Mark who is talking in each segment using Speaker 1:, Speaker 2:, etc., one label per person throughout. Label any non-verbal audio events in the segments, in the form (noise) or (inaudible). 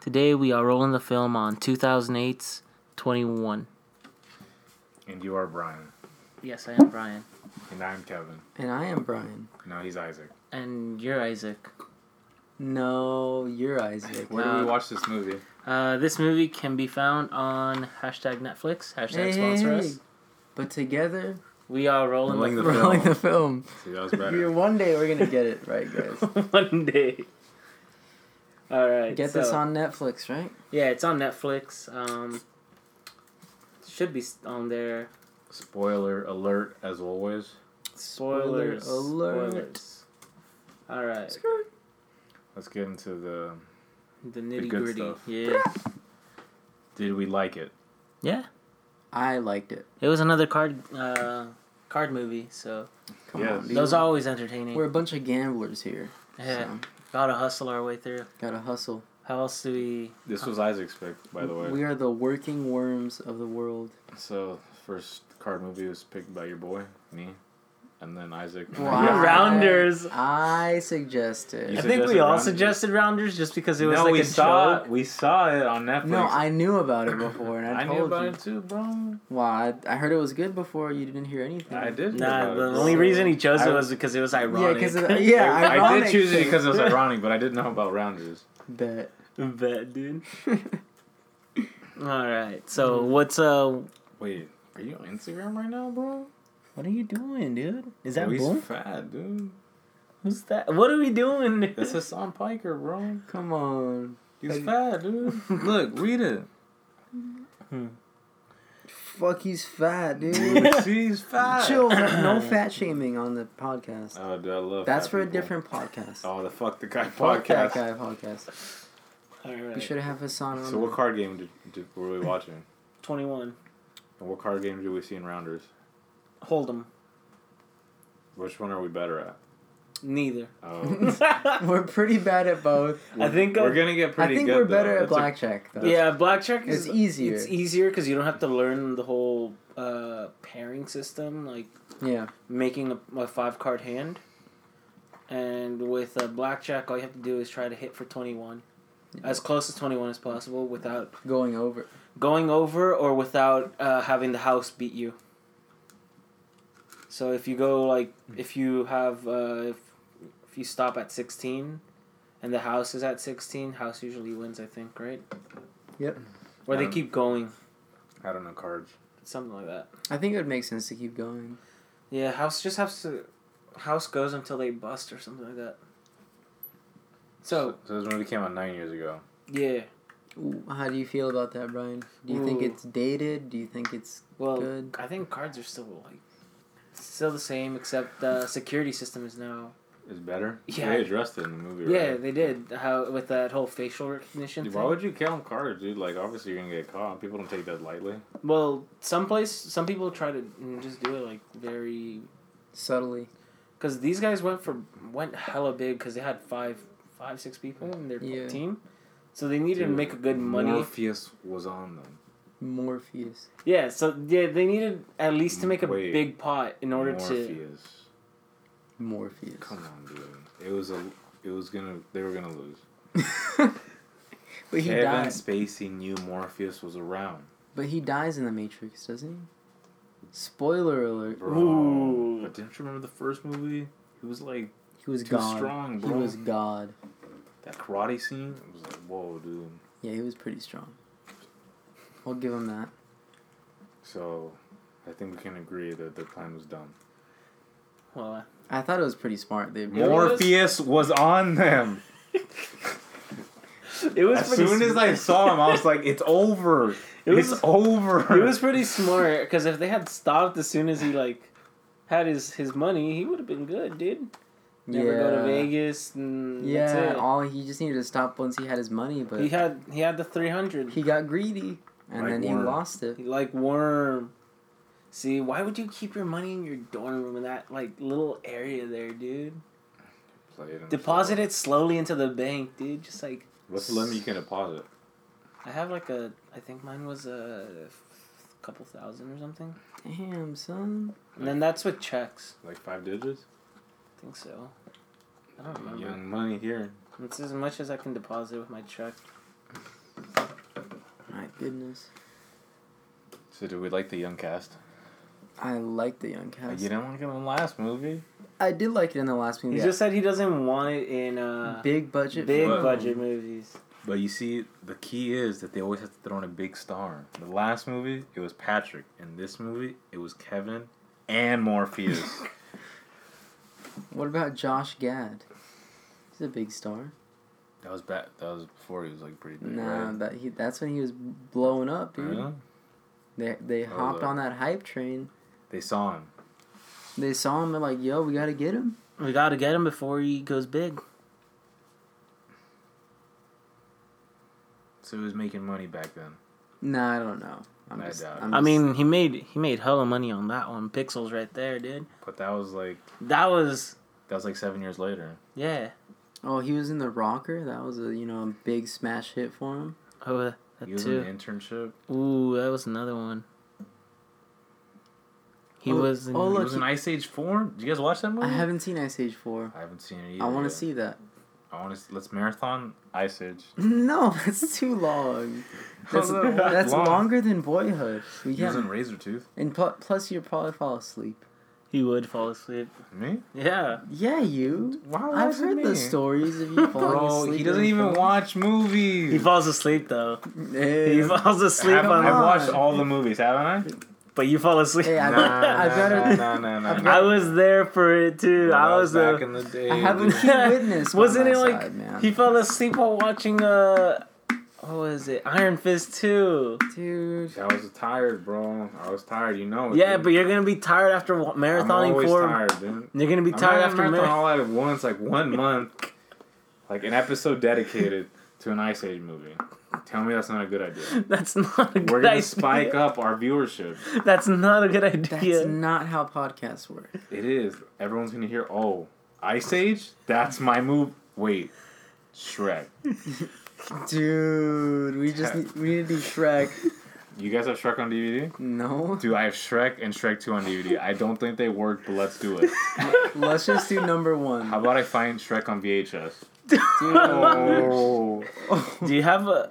Speaker 1: Today we are rolling the film on 2008's 21.
Speaker 2: And you are Brian.
Speaker 1: Yes, I am Brian.
Speaker 2: And I'm Kevin.
Speaker 3: And I am Brian.
Speaker 2: No, he's Isaac.
Speaker 1: And you're Isaac.
Speaker 3: No, you're Isaac.
Speaker 2: Where do we watch this movie?
Speaker 1: Uh, this movie can be found on hashtag Netflix, hashtag
Speaker 3: Hey, hey,
Speaker 1: sponsor
Speaker 3: hey.
Speaker 1: us.
Speaker 3: But together,
Speaker 1: We are rolling,
Speaker 2: Rolling
Speaker 1: the,
Speaker 2: the
Speaker 3: we're rolling
Speaker 2: film.
Speaker 3: the film.
Speaker 2: See, that was
Speaker 3: (laughs)
Speaker 2: better.
Speaker 3: Here, one day we're gonna get it right, (laughs) guys.
Speaker 1: (laughs) one day. All right.
Speaker 3: Get
Speaker 1: so-
Speaker 3: this on Netflix, right?
Speaker 1: Yeah, it's on Netflix. Um, should be s- on there.
Speaker 2: Spoiler alert, as always.
Speaker 1: Spoilers.
Speaker 3: alert.
Speaker 1: Spoilers. All right.
Speaker 2: Let's get into the.
Speaker 1: The nitty
Speaker 2: good
Speaker 1: gritty.
Speaker 2: stuff.
Speaker 1: Yeah.
Speaker 2: Did we like it?
Speaker 1: Yeah.
Speaker 3: I liked it.
Speaker 1: It was another card uh, card movie, so
Speaker 3: Come
Speaker 2: Yes.
Speaker 3: on, dude.
Speaker 1: those are always entertaining.
Speaker 3: We're a bunch of gamblers here.
Speaker 1: yeah,
Speaker 3: So
Speaker 1: gotta hustle our way through.
Speaker 3: gotta hustle.
Speaker 1: How else do we?
Speaker 2: This was Isaac's pick, by the way.
Speaker 3: We are the working worms of
Speaker 2: (laughs)
Speaker 3: the world.
Speaker 2: So, first card movie was picked by your boy, me, and then Isaac.
Speaker 3: Wow.
Speaker 1: You're rounders.
Speaker 3: I suggested.
Speaker 2: You
Speaker 1: I
Speaker 2: said-
Speaker 1: think we
Speaker 2: suggested
Speaker 1: all
Speaker 2: Rounders.
Speaker 1: suggested rounders just because it was
Speaker 2: No,
Speaker 1: like
Speaker 2: we
Speaker 1: a
Speaker 2: saw
Speaker 1: joke.
Speaker 2: we saw it on Netflix.
Speaker 3: no, I knew about it before, and I,
Speaker 2: I
Speaker 3: told
Speaker 2: knew about
Speaker 3: you.
Speaker 2: it too, bro.
Speaker 3: Wow, I, I heard it was good before. You didn't hear anything.
Speaker 2: I did. know
Speaker 1: Nah,
Speaker 2: about
Speaker 1: the
Speaker 2: it,
Speaker 1: only
Speaker 2: so-
Speaker 1: reason he chose
Speaker 2: I-
Speaker 1: it was because it was
Speaker 3: Yeah,
Speaker 1: ironic.
Speaker 3: because
Speaker 1: (laughs)
Speaker 3: yeah,
Speaker 2: I, I
Speaker 3: ironic
Speaker 2: did choose it
Speaker 3: thing.
Speaker 2: because
Speaker 3: (laughs)
Speaker 2: it was ironic, but I didn't know about rounders.
Speaker 3: bet.
Speaker 2: (laughs)
Speaker 1: bet, dude. all right, so what's uh?
Speaker 2: Wait, are you on Instagram right now, bro?
Speaker 1: What are you doing, dude? Is
Speaker 2: Oh,
Speaker 1: that
Speaker 2: he's
Speaker 1: Boom?
Speaker 2: fat, dude.
Speaker 1: Who's that? What are we doing?
Speaker 2: That's Hassan Piker, bro.
Speaker 3: Come on.
Speaker 2: He's fat,
Speaker 3: (laughs)
Speaker 2: dude. Look, read it.
Speaker 3: Fuck, he's fat, dude.
Speaker 2: Dude, See, (laughs) he's fat.
Speaker 3: Chill. No fat shaming on the podcast.
Speaker 2: Oh, dude, I love.
Speaker 3: That's
Speaker 2: fat
Speaker 3: for a
Speaker 2: people.
Speaker 3: different podcast.
Speaker 2: Oh, the fuck the guy
Speaker 3: Fuck
Speaker 2: podcast.
Speaker 3: that guy podcast.
Speaker 1: all
Speaker 3: We
Speaker 1: right,
Speaker 3: should have Hassan on.
Speaker 2: So, what card game did, did were we watching?
Speaker 1: twenty-one.
Speaker 2: And what card game do we see in rounders?
Speaker 1: Hold them.
Speaker 2: Which one are we better at?
Speaker 3: (laughs)
Speaker 1: Neither. (laughs)
Speaker 2: Oh,
Speaker 3: we're pretty bad at both.
Speaker 1: I think
Speaker 2: we're gonna get
Speaker 3: I
Speaker 2: pretty.
Speaker 3: think
Speaker 2: good,
Speaker 3: we're better
Speaker 2: though.
Speaker 3: at
Speaker 2: It's a-
Speaker 3: blackjack though.
Speaker 1: Yeah, blackjack
Speaker 3: It's
Speaker 1: is
Speaker 3: easier.
Speaker 2: e-
Speaker 1: It's easier because you don't have to learn the whole uh, pairing system, like
Speaker 3: Yeah.
Speaker 1: making a, a five card hand. And with uh, blackjack, all you have to do is try to hit for twenty one, as close as twenty one as possible, without
Speaker 3: Going over.
Speaker 1: going over or without uh, having the house beat you. So if you go like if you have uh, if, if you stop at sixteen, and the house is at sixteen, house usually wins. I think right.
Speaker 3: Yep.
Speaker 1: Or they
Speaker 2: Um,
Speaker 1: keep going,
Speaker 2: I don't know cards.
Speaker 1: something like that.
Speaker 3: I think it would make sense to keep going.
Speaker 1: Yeah, house just has to. House goes until they bust or something like that. So
Speaker 2: so this movie came out nine years ago.
Speaker 1: yeah,
Speaker 3: Ooh, How do you feel about that, Brian? Do you think
Speaker 1: Ooh.
Speaker 3: it's dated? Do you think it's
Speaker 1: well,
Speaker 3: Good.
Speaker 1: I think cards are still like still the same, except the security system is now.
Speaker 2: It's better.
Speaker 1: Yeah.
Speaker 2: they addressed it in the movie.
Speaker 1: Yeah,
Speaker 2: right?
Speaker 1: they did how with that whole facial recognition.
Speaker 2: Dude,
Speaker 1: thing.
Speaker 2: why would you count cards, dude? Like, obviously you're gonna get caught. People don't take that lightly.
Speaker 1: Well, some place, some people try to mm, just do it like very,
Speaker 3: subtly?
Speaker 1: because these guys went for went hella big because they had five, five, six people in their
Speaker 3: Yeah.
Speaker 1: team, so they needed to
Speaker 2: Dude,
Speaker 1: make a good money.
Speaker 2: Morpheus was on them.
Speaker 3: Morpheus.
Speaker 1: Yeah, so yeah, they needed at least to make a
Speaker 2: Wait.
Speaker 1: big pot in order to.
Speaker 2: Morpheus.
Speaker 3: Morpheus.
Speaker 2: Come on, dude. It was a. It was gonna. They were gonna lose.
Speaker 3: (laughs) but he
Speaker 2: Kevin
Speaker 3: dies.
Speaker 2: Spacey knew Morpheus was around.
Speaker 3: But he dies in the Matrix, doesn't he? Spoiler alert.
Speaker 2: Bro.
Speaker 1: Ooh.
Speaker 2: But didn't you remember the first movie? He was like
Speaker 3: He was
Speaker 2: too
Speaker 3: God.
Speaker 2: strong,
Speaker 3: He
Speaker 2: bro.
Speaker 3: was God.
Speaker 2: That karate scene. It was like, whoa, dude.
Speaker 3: Yeah, he was pretty strong. I'll give him that.
Speaker 2: So, I think we can agree that their plan was dumb.
Speaker 1: Well, uh,
Speaker 2: (laughs)
Speaker 3: I thought it was pretty smart. They
Speaker 1: Mor- Morpheus
Speaker 2: Morpheus was on them.
Speaker 1: it was
Speaker 2: As
Speaker 1: pretty
Speaker 2: soon as I saw him,
Speaker 1: (laughs)
Speaker 2: I was like, "It's over!
Speaker 1: It was-
Speaker 2: it's over!"
Speaker 1: it was pretty smart because if they had stopped as soon as he like had his his money, he would have been good, dude. Never go to Vegas. And yeah,
Speaker 3: Yeah,
Speaker 1: that's it.
Speaker 3: all he just needed to stop once he had his money, but
Speaker 1: he
Speaker 3: he,
Speaker 1: had he had the three hundred.
Speaker 3: got greedy and
Speaker 2: Like
Speaker 3: then he
Speaker 2: Warren.
Speaker 3: lost it.
Speaker 1: like worm. See, why would you keep your money in your dorm room in that like little area there, dude?
Speaker 2: Played him.
Speaker 1: Deposit it slowly into the bank, dude. Just like
Speaker 2: What's the limit you can deposit?
Speaker 1: I have like a, I think mine was a f- couple thousand or something,
Speaker 3: Damn, son.
Speaker 1: and then that's with checks.
Speaker 2: Like five digits?
Speaker 1: I think so. I don't remember.
Speaker 2: Young money here.
Speaker 1: It's as much as I can deposit with my check.
Speaker 3: My goodness.
Speaker 2: So do we like the young cast?
Speaker 3: I like the young
Speaker 2: Like,
Speaker 3: cast.
Speaker 2: you didn't like it in the last movie.
Speaker 3: I did like it in the last movie.
Speaker 1: He just said he doesn't want it in uh, big,
Speaker 3: big budget. film.
Speaker 1: budget movies.
Speaker 2: But you see, the key is that they always have to throw in a big star. The last movie, it was Patrick. In this movie, it was Kevin and
Speaker 3: (laughs)
Speaker 2: Morpheus.
Speaker 3: What about Josh Gad? He's a big star.
Speaker 2: that was back. That was before he was like pretty big.
Speaker 3: Nah,
Speaker 2: right?
Speaker 3: that he that's when he was blowing up, dude.
Speaker 2: Yeah.
Speaker 3: They they
Speaker 2: Oh,
Speaker 3: hopped
Speaker 2: look.
Speaker 3: on that hype train.
Speaker 2: They saw him.
Speaker 3: They saw him and like, yo, we gotta get him.
Speaker 1: We got to get him before he goes big.
Speaker 2: So he was making money back then.
Speaker 3: Nah, I don't know. I'm
Speaker 2: I
Speaker 3: just,
Speaker 2: doubt it.
Speaker 3: I'm
Speaker 1: I
Speaker 3: just-
Speaker 1: mean, he made he made hella money on that one. Pixels right there, dude.
Speaker 2: But that was like
Speaker 1: That was
Speaker 2: that was like seven years later.
Speaker 1: yeah.
Speaker 3: oh, he was in the Rocker. That was a you know a big smash hit for him.
Speaker 1: Oh,
Speaker 2: He
Speaker 1: that
Speaker 2: was
Speaker 1: too.
Speaker 2: in an internship.
Speaker 1: Ooh, that was another one. He
Speaker 3: Oh,
Speaker 1: was. In,
Speaker 3: oh,
Speaker 2: He
Speaker 3: Look,
Speaker 2: was in
Speaker 3: he-
Speaker 2: Ice Age Four. Did you guys watch that
Speaker 1: Oh.
Speaker 2: movie?
Speaker 3: I haven't seen Ice Age four.
Speaker 2: I haven't seen it either.
Speaker 3: I want
Speaker 2: yet.
Speaker 3: to see that. (laughs)
Speaker 2: I want to. Let's marathon Ice Age.
Speaker 3: No, that's too
Speaker 2: (laughs)
Speaker 3: long. (laughs) That's,
Speaker 2: Oh, no,
Speaker 3: that's
Speaker 2: long.
Speaker 3: longer than Boyhood. We
Speaker 2: He was in
Speaker 3: can't.
Speaker 2: Razortooth.
Speaker 3: And pl- plus, you'll probably fall asleep.
Speaker 1: he would fall asleep.
Speaker 2: Me?
Speaker 1: Yeah.
Speaker 3: Yeah, you.
Speaker 2: Why? why
Speaker 3: I've
Speaker 2: is it
Speaker 3: heard
Speaker 2: me?
Speaker 3: the stories of
Speaker 2: (laughs)
Speaker 3: you falling
Speaker 2: Bro,
Speaker 3: asleep.
Speaker 2: he doesn't
Speaker 3: in
Speaker 2: even
Speaker 3: films.
Speaker 2: watch movies.
Speaker 1: He falls asleep though.
Speaker 3: Hey,
Speaker 1: He falls asleep
Speaker 2: Have-
Speaker 1: on
Speaker 2: I've
Speaker 1: that,
Speaker 3: on.
Speaker 2: watched all the movies, haven't
Speaker 1: but you fall asleep.
Speaker 3: Hey,
Speaker 2: I?
Speaker 3: I've-
Speaker 2: Nah,
Speaker 3: I've
Speaker 2: nah,
Speaker 3: got
Speaker 2: nah,
Speaker 3: a-
Speaker 2: nah, nah, nah.
Speaker 1: I was there for it too.
Speaker 2: Bro, that
Speaker 1: I was
Speaker 2: back
Speaker 1: there.
Speaker 2: in the day.
Speaker 3: I haven't
Speaker 2: dude.
Speaker 1: Yeah.
Speaker 2: (laughs)
Speaker 3: witnessed.
Speaker 1: Wasn't
Speaker 3: on
Speaker 1: it
Speaker 3: my
Speaker 1: like
Speaker 3: side, man?
Speaker 1: he fell asleep while watching uh, what was it? Iron Fist two.
Speaker 3: Dude,
Speaker 2: I was tired, bro. I was tired. You know. it,
Speaker 1: Yeah,
Speaker 2: dude.
Speaker 1: but you're gonna be tired after wa-
Speaker 2: I'm
Speaker 1: marathoning
Speaker 2: always
Speaker 1: four.
Speaker 2: tired, dude.
Speaker 1: You're gonna be
Speaker 2: I'm
Speaker 1: tired
Speaker 2: not
Speaker 1: after
Speaker 2: after marathon
Speaker 1: marathon.
Speaker 2: all out at once, like one month, like an episode dedicated to an Ice Age movie. Tell me that's not a good idea.
Speaker 1: (laughs) That's not a good
Speaker 2: We're gonna
Speaker 1: idea.
Speaker 2: spike up our viewership.
Speaker 1: (laughs) That's not a good
Speaker 3: that's
Speaker 1: idea.
Speaker 3: not how podcasts work.
Speaker 2: It is. Everyone's gonna hear, oh, Ice Age? That's my move. Wait, Shrek.
Speaker 3: Dude, we just need, we need to do Shrek.
Speaker 2: You guys have Shrek on DVD?
Speaker 3: No,
Speaker 2: Dude, I have Shrek and Shrek 2 on DVD. I don't think they work, but let's do it.
Speaker 3: let's just do number one.
Speaker 2: How about I find Shrek on VHS?
Speaker 3: Dude,
Speaker 2: Oh.
Speaker 1: Do you have a?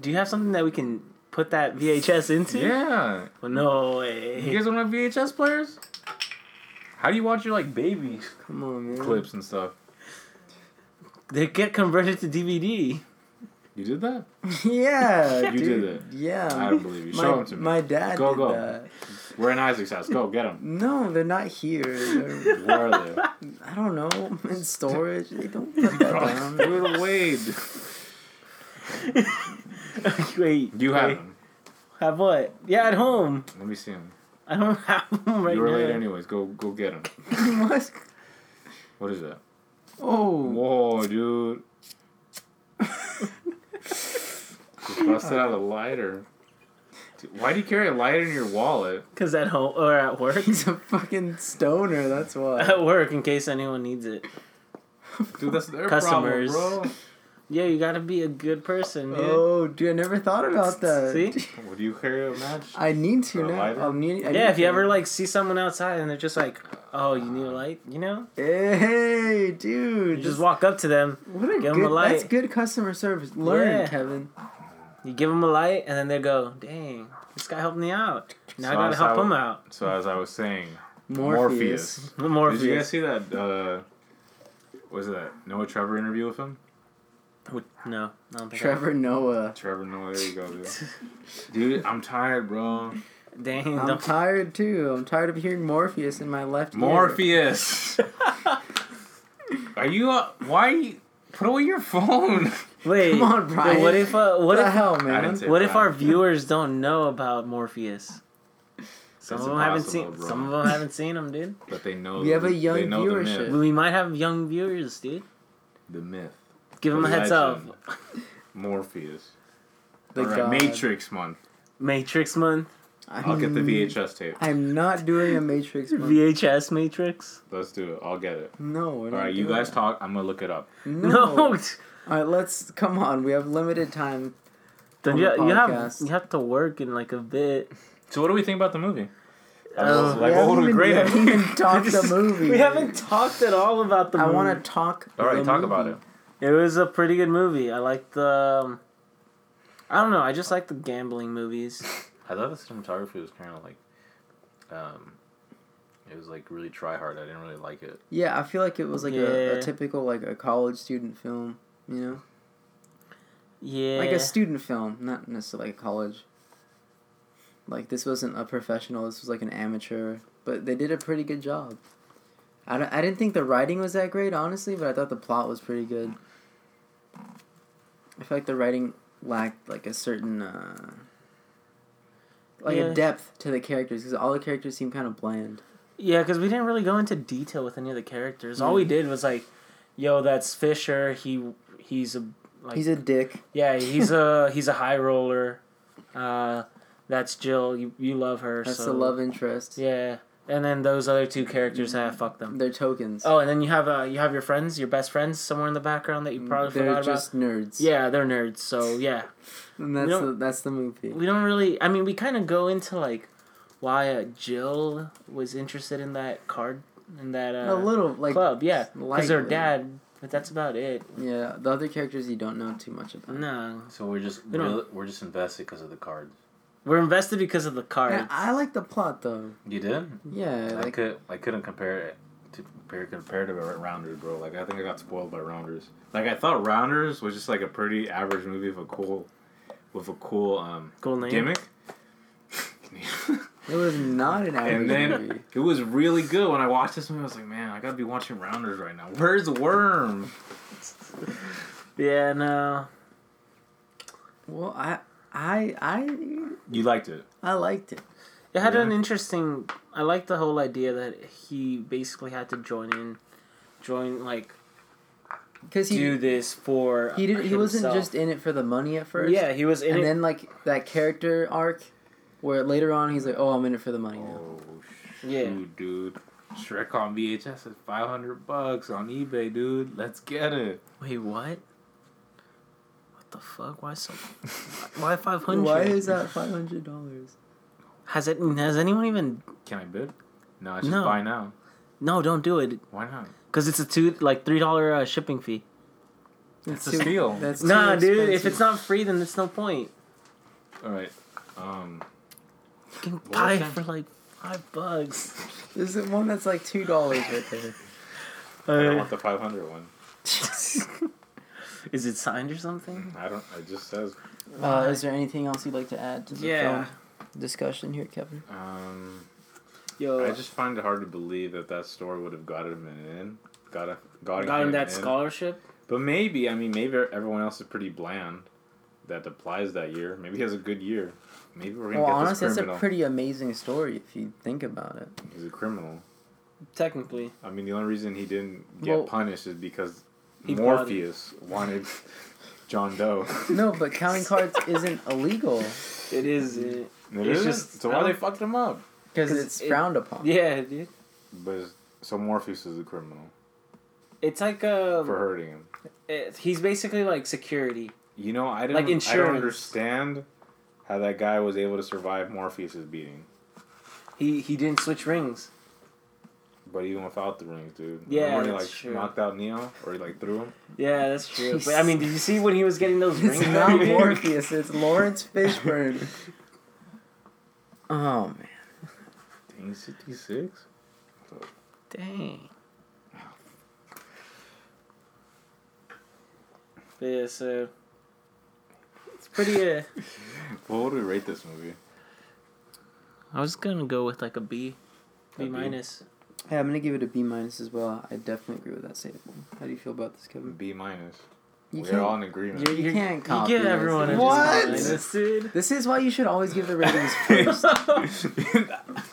Speaker 1: Do you have something that we can put that VHS into?
Speaker 2: Yeah.
Speaker 1: Well, no way.
Speaker 2: You guys don't have VHS players? How do you watch your like baby
Speaker 3: come on, man.
Speaker 2: clips and stuff?
Speaker 1: They get converted to DVD.
Speaker 2: You did that?
Speaker 3: (laughs) yeah,
Speaker 2: You
Speaker 3: dude.
Speaker 2: did it.
Speaker 3: Yeah,
Speaker 2: I don't believe you.
Speaker 3: my,
Speaker 2: Show them to me.
Speaker 3: my dad
Speaker 2: Go,
Speaker 3: did
Speaker 2: go.
Speaker 3: that.
Speaker 2: We're in Isaac's house. Go get them.
Speaker 3: No, they're not here. They're-
Speaker 2: Where are they?
Speaker 3: I don't know. In storage, they don't put that down.
Speaker 2: Threw it away.
Speaker 1: (laughs) Wait.
Speaker 2: You have
Speaker 1: wait.
Speaker 2: them.
Speaker 1: Have what? Yeah, at home.
Speaker 2: Let me see them.
Speaker 1: I don't have them right
Speaker 2: you were
Speaker 1: now.
Speaker 2: late anyways. Go go get them.
Speaker 3: what?
Speaker 2: What is that?
Speaker 3: Oh,
Speaker 2: Whoa, dude. Just busted out a lighter. Dude, why do you carry a lighter in your wallet?
Speaker 1: Cause at home or at work. (laughs)
Speaker 3: he's a fucking stoner.
Speaker 2: (laughs)
Speaker 3: That's why.
Speaker 2: Oh,
Speaker 1: at work, in case anyone needs it.
Speaker 2: Dude, that's their
Speaker 1: Customers.
Speaker 2: problem,
Speaker 1: Yeah, you gotta be a good person, dude.
Speaker 3: Oh, dude, I never thought about that. (laughs)
Speaker 1: See?
Speaker 2: bro. Would you carry a match?
Speaker 3: I need to
Speaker 2: Or a
Speaker 3: now.
Speaker 2: lighter?
Speaker 3: I'll need,
Speaker 1: Yeah,
Speaker 3: I need
Speaker 1: if you
Speaker 3: to.
Speaker 1: ever like see someone outside and they're just like, "Oh, you need a light," you know,
Speaker 3: Hey, dude.
Speaker 1: you just
Speaker 3: this-
Speaker 1: walk up to them,
Speaker 3: What a
Speaker 1: give 'em a
Speaker 3: good, that's
Speaker 1: light.
Speaker 3: good customer service. Learn,
Speaker 1: Yeah.
Speaker 3: Kevin.
Speaker 1: you give them a light, and then they go, "Dang, this guy helped me out. Now I
Speaker 2: So
Speaker 1: gotta
Speaker 2: that's
Speaker 1: help
Speaker 2: how-
Speaker 1: him out." (laughs)
Speaker 2: So as I was saying,
Speaker 3: Morpheus.
Speaker 2: Morpheus.
Speaker 1: More
Speaker 2: Did you guys see that? Uh, was that Noah Trevor interview with him?
Speaker 1: No, I don't think. I-
Speaker 3: Trevor Noah.
Speaker 1: (laughs)
Speaker 2: Trevor Noah, there you go, dude. dude, I'm tired, bro.
Speaker 1: Dang,
Speaker 3: I'm
Speaker 1: don't-
Speaker 3: (laughs) tired too. I'm tired of hearing Morpheus in my left ear.
Speaker 2: Morpheus, are you? Uh, why? you- Put away your phone.
Speaker 1: (laughs) wait.
Speaker 3: Come on,
Speaker 1: dude,
Speaker 3: Brian.
Speaker 1: What if? Uh,
Speaker 3: What
Speaker 1: what
Speaker 3: the
Speaker 1: if?
Speaker 3: hell,
Speaker 2: I didn't
Speaker 3: man?
Speaker 2: say
Speaker 1: What if
Speaker 2: that.
Speaker 1: our viewers don't know about Morpheus? Some
Speaker 2: That's
Speaker 1: of them haven't
Speaker 2: impossible,
Speaker 1: seen.
Speaker 2: bro.
Speaker 1: Some of them (laughs) haven't seen him, dude.
Speaker 2: But they know.
Speaker 3: We have a
Speaker 2: the-
Speaker 3: young
Speaker 2: they know the myth.
Speaker 3: viewership.
Speaker 1: We might have young viewers, dude.
Speaker 2: The myth.
Speaker 1: Give them a heads up.
Speaker 2: Legend. Morpheus.
Speaker 3: The
Speaker 2: All right,
Speaker 3: God.
Speaker 2: Matrix month.
Speaker 1: Matrix month,
Speaker 3: I'm,
Speaker 2: I'll get the VHS tape.
Speaker 3: I'm not doing a
Speaker 1: (laughs)
Speaker 3: Matrix.
Speaker 1: Hmm.
Speaker 3: Month.
Speaker 1: VHS Matrix.
Speaker 2: Let's do it. I'll get it.
Speaker 3: no, we're
Speaker 2: All
Speaker 3: not
Speaker 2: right, you
Speaker 3: doing
Speaker 2: guys
Speaker 3: it.
Speaker 2: talk. I'm gonna look it up.
Speaker 3: No.
Speaker 1: No, (laughs)
Speaker 3: All right, let's come on. We have limited time.
Speaker 1: Then
Speaker 3: on
Speaker 1: you,
Speaker 3: the
Speaker 1: you have
Speaker 3: podcast.
Speaker 1: you have to work in like a bit.
Speaker 2: So what do we think about the movie?
Speaker 1: Oh,
Speaker 2: like,
Speaker 3: we
Speaker 2: what would we
Speaker 3: haven't even, Uh, we
Speaker 2: grade it?
Speaker 1: (laughs)
Speaker 3: haven't even talked the movie.
Speaker 1: We haven't talked at all about the.
Speaker 3: I
Speaker 1: movie.
Speaker 3: want to talk.
Speaker 2: (laughs) All right,
Speaker 3: the
Speaker 2: talk
Speaker 3: movie.
Speaker 2: about it.
Speaker 1: It was a pretty good movie. I liked the. Um, I don't know. I just like the gambling movies.
Speaker 2: I thought the cinematography was kind of like, um, it was like really try hard. I didn't really like it.
Speaker 3: Yeah, I feel like it was like a,
Speaker 1: Yeah.
Speaker 3: a typical like a college student film, you know,
Speaker 1: Yeah.
Speaker 3: like a student film, not necessarily like a college. Like this wasn't a professional. This was like an amateur, but they did a pretty good job. I, don't, I didn't think the writing was that great, honestly, but I thought the plot was pretty good. I feel like the writing lacked like a certain uh, like
Speaker 1: Yeah.
Speaker 3: a depth to the characters because all the characters seem kind of bland.
Speaker 1: Yeah, because we didn't really go into detail with any of the characters. All we
Speaker 3: Mm.
Speaker 1: did was like, "Yo, that's Fisher. He he's a like
Speaker 3: He's a dick. (laughs)
Speaker 1: yeah he's a he's a high roller. Uh, that's Jill. You, you love her.
Speaker 3: That's
Speaker 1: so.
Speaker 3: the love interest.
Speaker 1: Yeah, and then those other two characters, ah, fuck them.
Speaker 3: They're tokens.
Speaker 1: Oh, and then you have uh, you have your friends, your best friends, somewhere in the background that you probably
Speaker 3: Mm, they're
Speaker 1: forgot
Speaker 3: just nerds.
Speaker 1: about. Yeah, they're nerds.
Speaker 3: (laughs)
Speaker 1: So yeah,
Speaker 3: and that's
Speaker 1: You know-
Speaker 3: the, that's the movie.
Speaker 1: we don't really. I mean, we kind of go into like why uh, Jill was interested in that card in that uh,
Speaker 3: a little like
Speaker 1: club, yeah, because their
Speaker 3: lightly.
Speaker 1: dad. But that's about it.
Speaker 3: yeah. The other characters you don't know too much about.
Speaker 1: No,
Speaker 2: So we're just
Speaker 1: We don't-
Speaker 2: really, we're just invested because of the cards.
Speaker 1: we're invested because of the cards.
Speaker 3: Man, I like the plot though.
Speaker 2: You did?
Speaker 3: Yeah,
Speaker 2: I
Speaker 3: like
Speaker 2: could I couldn't compare it to compare comparative rounders, bro. Like I think I got spoiled by rounders. Like I thought rounders was just like a pretty average movie with a cool with a cool um
Speaker 1: Cool name. (laughs)
Speaker 2: gimmick.
Speaker 3: it was not an average
Speaker 2: and
Speaker 3: movie.
Speaker 2: then it was really good when I watched this movie. I was like, man, I gotta be watching rounders right now. Where's Worm?
Speaker 1: Yeah, no.
Speaker 3: Well, I I I
Speaker 2: You liked it.
Speaker 3: I liked it.
Speaker 1: It had
Speaker 2: Yeah.
Speaker 1: an interesting. I like the whole idea that he basically had to join in, join like
Speaker 3: Cause he
Speaker 1: do this for.
Speaker 3: he didn't he wasn't
Speaker 1: himself.
Speaker 3: just in it for the money at first.
Speaker 1: Yeah, he was in
Speaker 3: and
Speaker 1: it.
Speaker 3: then like that character arc, where later on he's like, oh, I'm in it for the money now.
Speaker 2: Oh
Speaker 1: Yeah.
Speaker 2: shoot, dude. Shrek on VHS is five hundred bucks on eBay, dude. Let's get it.
Speaker 1: Wait, what? What the fuck? Why so? Why five Oh, hundred?
Speaker 3: Why is that five hundred dollars?
Speaker 1: Has it? Has anyone even?
Speaker 2: Can I bid? No, I should
Speaker 1: No.
Speaker 2: buy now.
Speaker 1: No, don't do it.
Speaker 2: Why not?
Speaker 1: Cause it's a two like three dollar uh, shipping fee.
Speaker 2: It's a steal.
Speaker 3: That's
Speaker 1: nah,
Speaker 3: too
Speaker 1: dude. If
Speaker 3: expensive.
Speaker 1: it's not free, then it's no point.
Speaker 2: All right. Um,
Speaker 1: You can
Speaker 2: Well,
Speaker 1: buy it
Speaker 2: okay.
Speaker 1: for like five bucks.
Speaker 3: This is one that's like two dollars right there.
Speaker 2: I don't want the 500 one.
Speaker 1: (laughs) is it signed or something?
Speaker 2: I don't. It just says.
Speaker 3: Uh, is there anything else you'd like to add to the
Speaker 1: Yeah.
Speaker 3: film discussion here, Kevin?
Speaker 2: Um,
Speaker 1: Yo,
Speaker 2: I just find it hard to believe that that store would have gotten him an in. Got a got,
Speaker 1: got
Speaker 2: him
Speaker 1: him
Speaker 2: an
Speaker 1: that
Speaker 2: in.
Speaker 1: scholarship.
Speaker 2: But maybe I mean maybe everyone else is pretty bland. That applies that year. Maybe he has a good year. Maybe we're gonna
Speaker 3: Well,
Speaker 2: get
Speaker 3: honestly,
Speaker 2: this
Speaker 3: that's a
Speaker 2: criminal.
Speaker 3: pretty amazing story if you think about it.
Speaker 2: He's a criminal.
Speaker 1: Technically,
Speaker 2: I mean, the only reason he didn't get
Speaker 3: Well-
Speaker 2: punished is because
Speaker 1: He bought it.
Speaker 2: Morpheus wanted (laughs) John Doe.
Speaker 3: No, but counting (laughs) cards isn't illegal
Speaker 1: it is. It,
Speaker 2: (laughs) It
Speaker 1: It's
Speaker 2: isn't?
Speaker 1: just-
Speaker 2: so
Speaker 1: I
Speaker 2: why they
Speaker 1: don't-
Speaker 2: fucked him up?
Speaker 3: because
Speaker 1: 'Cause
Speaker 3: it's
Speaker 1: it-
Speaker 3: frowned upon.
Speaker 1: yeah, dude.
Speaker 2: But it's- so Morpheus is a criminal
Speaker 1: It's like
Speaker 2: for
Speaker 1: a.
Speaker 2: hurting him.
Speaker 1: It, he's basically like security.
Speaker 2: You know, I didn't.
Speaker 1: Like
Speaker 2: I don't
Speaker 1: insurance.
Speaker 2: understand how that guy was able to survive Morpheus's beating.
Speaker 1: He he didn't switch rings.
Speaker 2: But even without the rings, dude.
Speaker 1: Yeah,
Speaker 2: Remember when he
Speaker 1: that's
Speaker 2: like
Speaker 1: true.
Speaker 2: knocked out Neo or he like threw him.
Speaker 1: Yeah, that's true. But I mean, did you see when he was getting those (laughs) rings?
Speaker 3: It's not Morpheus. It's Lawrence Fishburne. oh man,
Speaker 2: Dang, sixty six.
Speaker 1: Dang. But yeah, so it's pretty. Uh,
Speaker 2: What would we rate this movie?
Speaker 1: I was gonna go with like a B,
Speaker 2: A
Speaker 1: B
Speaker 2: B?
Speaker 1: minus.
Speaker 3: hey, I'm gonna give it a B minus as well. I definitely agree with that statement. How do you feel about this, Kevin?
Speaker 2: B minus.
Speaker 3: You
Speaker 2: We're all
Speaker 3: can't.
Speaker 2: in agreement.
Speaker 3: You,
Speaker 2: (laughs)
Speaker 3: you can't copy.
Speaker 1: You give
Speaker 3: this.
Speaker 1: everyone (laughs) a
Speaker 3: what?
Speaker 1: B minus, dude.
Speaker 3: This is why you should always give the ratings first.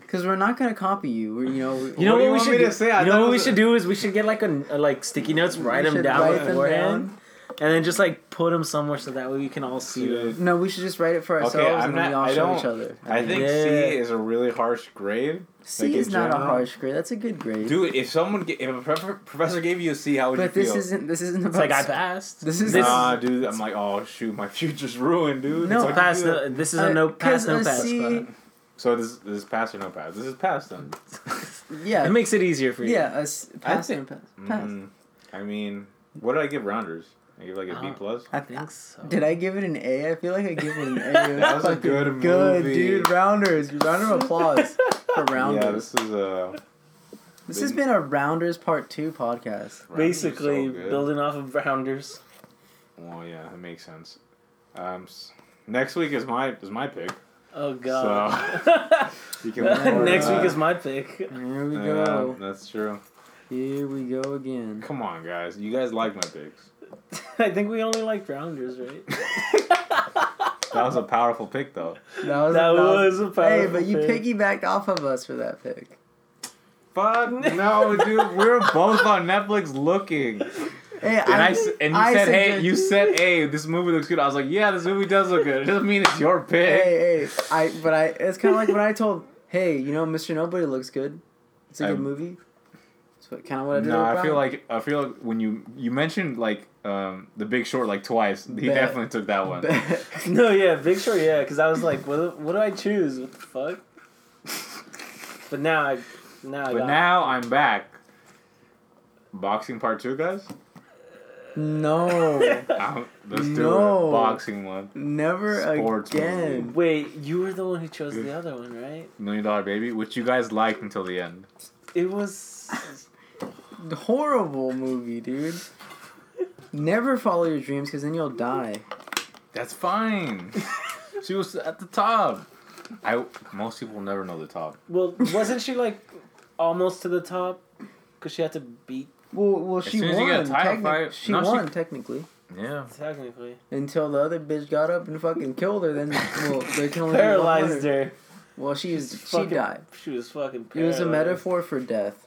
Speaker 3: Because we're not gonna copy you. We're, you know. we-
Speaker 1: (laughs) You know
Speaker 2: do
Speaker 1: what,
Speaker 2: you
Speaker 1: we
Speaker 2: want me
Speaker 1: should
Speaker 2: to
Speaker 1: do?
Speaker 2: say? I
Speaker 1: you know
Speaker 2: thought it
Speaker 1: what we
Speaker 2: was a-
Speaker 1: should do is we should get like a, a like sticky notes, write
Speaker 3: we
Speaker 1: them
Speaker 3: should
Speaker 1: down
Speaker 3: write them
Speaker 1: beforehand, and then just like put them somewhere so that way we can all see them.
Speaker 3: down. No, we should just write it for ourselves
Speaker 2: I'm
Speaker 3: and
Speaker 2: not-
Speaker 3: then we all
Speaker 2: I
Speaker 3: show
Speaker 2: don't-
Speaker 3: each other.
Speaker 2: I think
Speaker 1: Yeah.
Speaker 2: C is a really harsh grade.
Speaker 3: C
Speaker 2: like,
Speaker 3: is
Speaker 2: in
Speaker 3: not a
Speaker 2: general.
Speaker 3: harsh grade. That's a good grade.
Speaker 2: Dude, if someone ga- if a prof- professor gave you a C, how would
Speaker 3: but
Speaker 2: you
Speaker 3: this
Speaker 2: feel?
Speaker 3: isn't. This isn't
Speaker 1: It's
Speaker 3: about.
Speaker 1: like I
Speaker 3: sc-
Speaker 1: passed.
Speaker 3: This is-
Speaker 2: nah, dude. I'm like, oh shoot, my (laughs) future's ruined, dude.
Speaker 3: No,
Speaker 2: It's
Speaker 1: It's
Speaker 2: like-
Speaker 1: pass. No, this is a
Speaker 3: Uh,
Speaker 1: no pass.
Speaker 3: 'cause
Speaker 1: No
Speaker 3: a
Speaker 1: pass.
Speaker 3: C-
Speaker 2: So this this is pass or no pass? This is pass then.
Speaker 1: It
Speaker 3: (laughs) yeah.
Speaker 1: makes it easier for you.
Speaker 3: Yeah. A s-
Speaker 2: I
Speaker 3: pass
Speaker 2: think-
Speaker 3: and pass. Pass.
Speaker 2: Mm, I mean, what did I give rounders? I give like a B
Speaker 1: Oh.
Speaker 2: plus.
Speaker 3: I
Speaker 1: think so.
Speaker 3: Did I give it an A? I feel like I gave it an A. It
Speaker 2: That was a
Speaker 3: fucking
Speaker 2: good movie.
Speaker 3: dude. Rounders, round of applause for Rounders.
Speaker 2: Yeah, this is uh,
Speaker 3: this has been a Rounders Part Two podcast.
Speaker 2: Rounders is so
Speaker 1: Basically,
Speaker 2: good.
Speaker 1: building off of Rounders.
Speaker 2: Well, yeah, that makes sense. Um, s- next week is my is my pick.
Speaker 1: Oh god. (laughs)
Speaker 2: You can look forward to
Speaker 1: Next week
Speaker 2: that.
Speaker 1: is my pick. (laughs)
Speaker 3: Here we
Speaker 2: Yeah,
Speaker 3: go.
Speaker 2: that's true.
Speaker 3: Here we go again.
Speaker 2: Come on, guys. You guys like my picks.
Speaker 1: I think we only liked Rounders, right?
Speaker 2: That was a powerful pick, though.
Speaker 3: That was,
Speaker 1: That
Speaker 3: that
Speaker 1: was
Speaker 3: was,
Speaker 1: a
Speaker 3: Hey,
Speaker 1: powerful
Speaker 3: but you
Speaker 1: pick.
Speaker 3: piggybacked off of us for that pick.
Speaker 2: Fuck no, dude. We were both on Netflix looking, and
Speaker 3: Hey,
Speaker 2: I s- and you said, "Hey,
Speaker 3: suggest-
Speaker 2: you said, hey, this movie looks good." I was like, "Yeah, this movie does look good." (laughs) It doesn't mean it's your
Speaker 3: Hey,
Speaker 2: pick.
Speaker 3: hey, I. But I. It's kind of like when I told,
Speaker 2: (laughs)
Speaker 3: hey, you know, Mr. Nobody looks good. It's a good
Speaker 2: I'm-
Speaker 3: movie. It's what kind of what I did.
Speaker 2: No,
Speaker 3: with
Speaker 2: I feel
Speaker 3: Brian.
Speaker 2: like I feel like when you you mentioned like um the Big Short like twice, he
Speaker 3: Bet.
Speaker 2: definitely took that one.
Speaker 1: No, yeah, Big Short, yeah, because I was like, what, what do I choose? What the fuck? But now I, now I (laughs)
Speaker 2: But
Speaker 1: got.
Speaker 2: now I'm back. Boxing part two, guys.
Speaker 3: (laughs)
Speaker 2: (laughs)
Speaker 3: no,
Speaker 2: I'm, let's do
Speaker 3: No.
Speaker 2: it. Boxing one.
Speaker 3: never
Speaker 2: Sports
Speaker 3: again.
Speaker 2: movie.
Speaker 1: Wait, you were the one who chose the other one, right?
Speaker 2: Million Dollar Baby, which you guys liked until the end.
Speaker 1: It was.
Speaker 3: Horrible movie, dude. Never follow your dreams because then you'll die.
Speaker 2: That's
Speaker 3: (laughs)
Speaker 2: fine. she was at the top. I most people never know the top.
Speaker 1: Well, wasn't she like almost to the top? Because she had to beat,
Speaker 3: Well, well, she
Speaker 2: soon as you
Speaker 3: won.
Speaker 2: get a title
Speaker 3: technic-
Speaker 2: fight-
Speaker 3: she
Speaker 2: no, she-
Speaker 3: won technically
Speaker 2: Yeah.
Speaker 1: technically.
Speaker 3: until the other bitch got up and fucking killed her. Then, well, there can (laughs) only be one
Speaker 1: Paralyzed
Speaker 3: winner.
Speaker 1: her.
Speaker 3: Well, she was, she
Speaker 1: Fucking-
Speaker 3: died.
Speaker 1: She was fucking
Speaker 3: It was
Speaker 1: paralyzed.
Speaker 3: a metaphor for
Speaker 2: (laughs)
Speaker 3: death.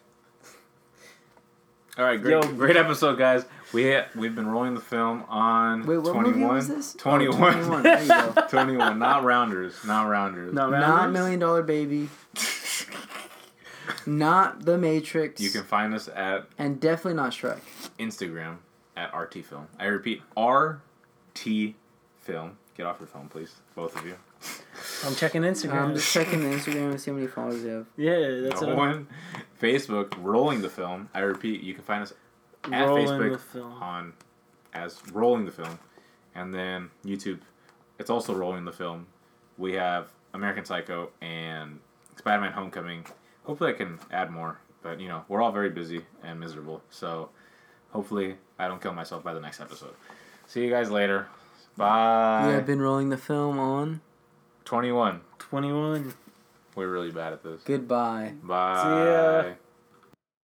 Speaker 2: All right, great,
Speaker 1: Yo.
Speaker 2: great episode, guys. We we've been rolling the film on
Speaker 3: Wait, what movie
Speaker 2: 21,
Speaker 3: was this?
Speaker 2: 21,
Speaker 3: Oh,
Speaker 2: (laughs)
Speaker 3: 21. There you go.
Speaker 2: 21, not rounders, not rounders.
Speaker 1: Not
Speaker 3: Not
Speaker 1: Rounders?
Speaker 3: Million Dollar Baby. Not The Matrix.
Speaker 2: You can find us at
Speaker 3: and definitely not Shrek.
Speaker 2: Instagram at RT Film. I repeat, RT Film. Get off your phone, please, both of you.
Speaker 1: I'm checking Instagram.
Speaker 3: I'm just checking Um, the Instagram and see how many followers you have.
Speaker 1: Um, yeah, that's
Speaker 2: no
Speaker 1: what I'm
Speaker 2: one. Facebook, rolling the film. I repeat, you can find us at
Speaker 1: rolling
Speaker 2: Facebook
Speaker 1: the film.
Speaker 2: on as rolling the film, and then YouTube. It's also rolling the film. We have American Psycho and Spider-Man: Homecoming. Hopefully, I can add more, but you know we're all very busy and miserable. So hopefully, I don't kill myself by the next episode. See you guys later.
Speaker 3: We
Speaker 2: Bye.
Speaker 3: have been rolling the film on.
Speaker 2: Twenty-one.
Speaker 1: 21.
Speaker 2: We're really bad at this.
Speaker 3: Goodbye.
Speaker 2: Bye.
Speaker 1: See ya.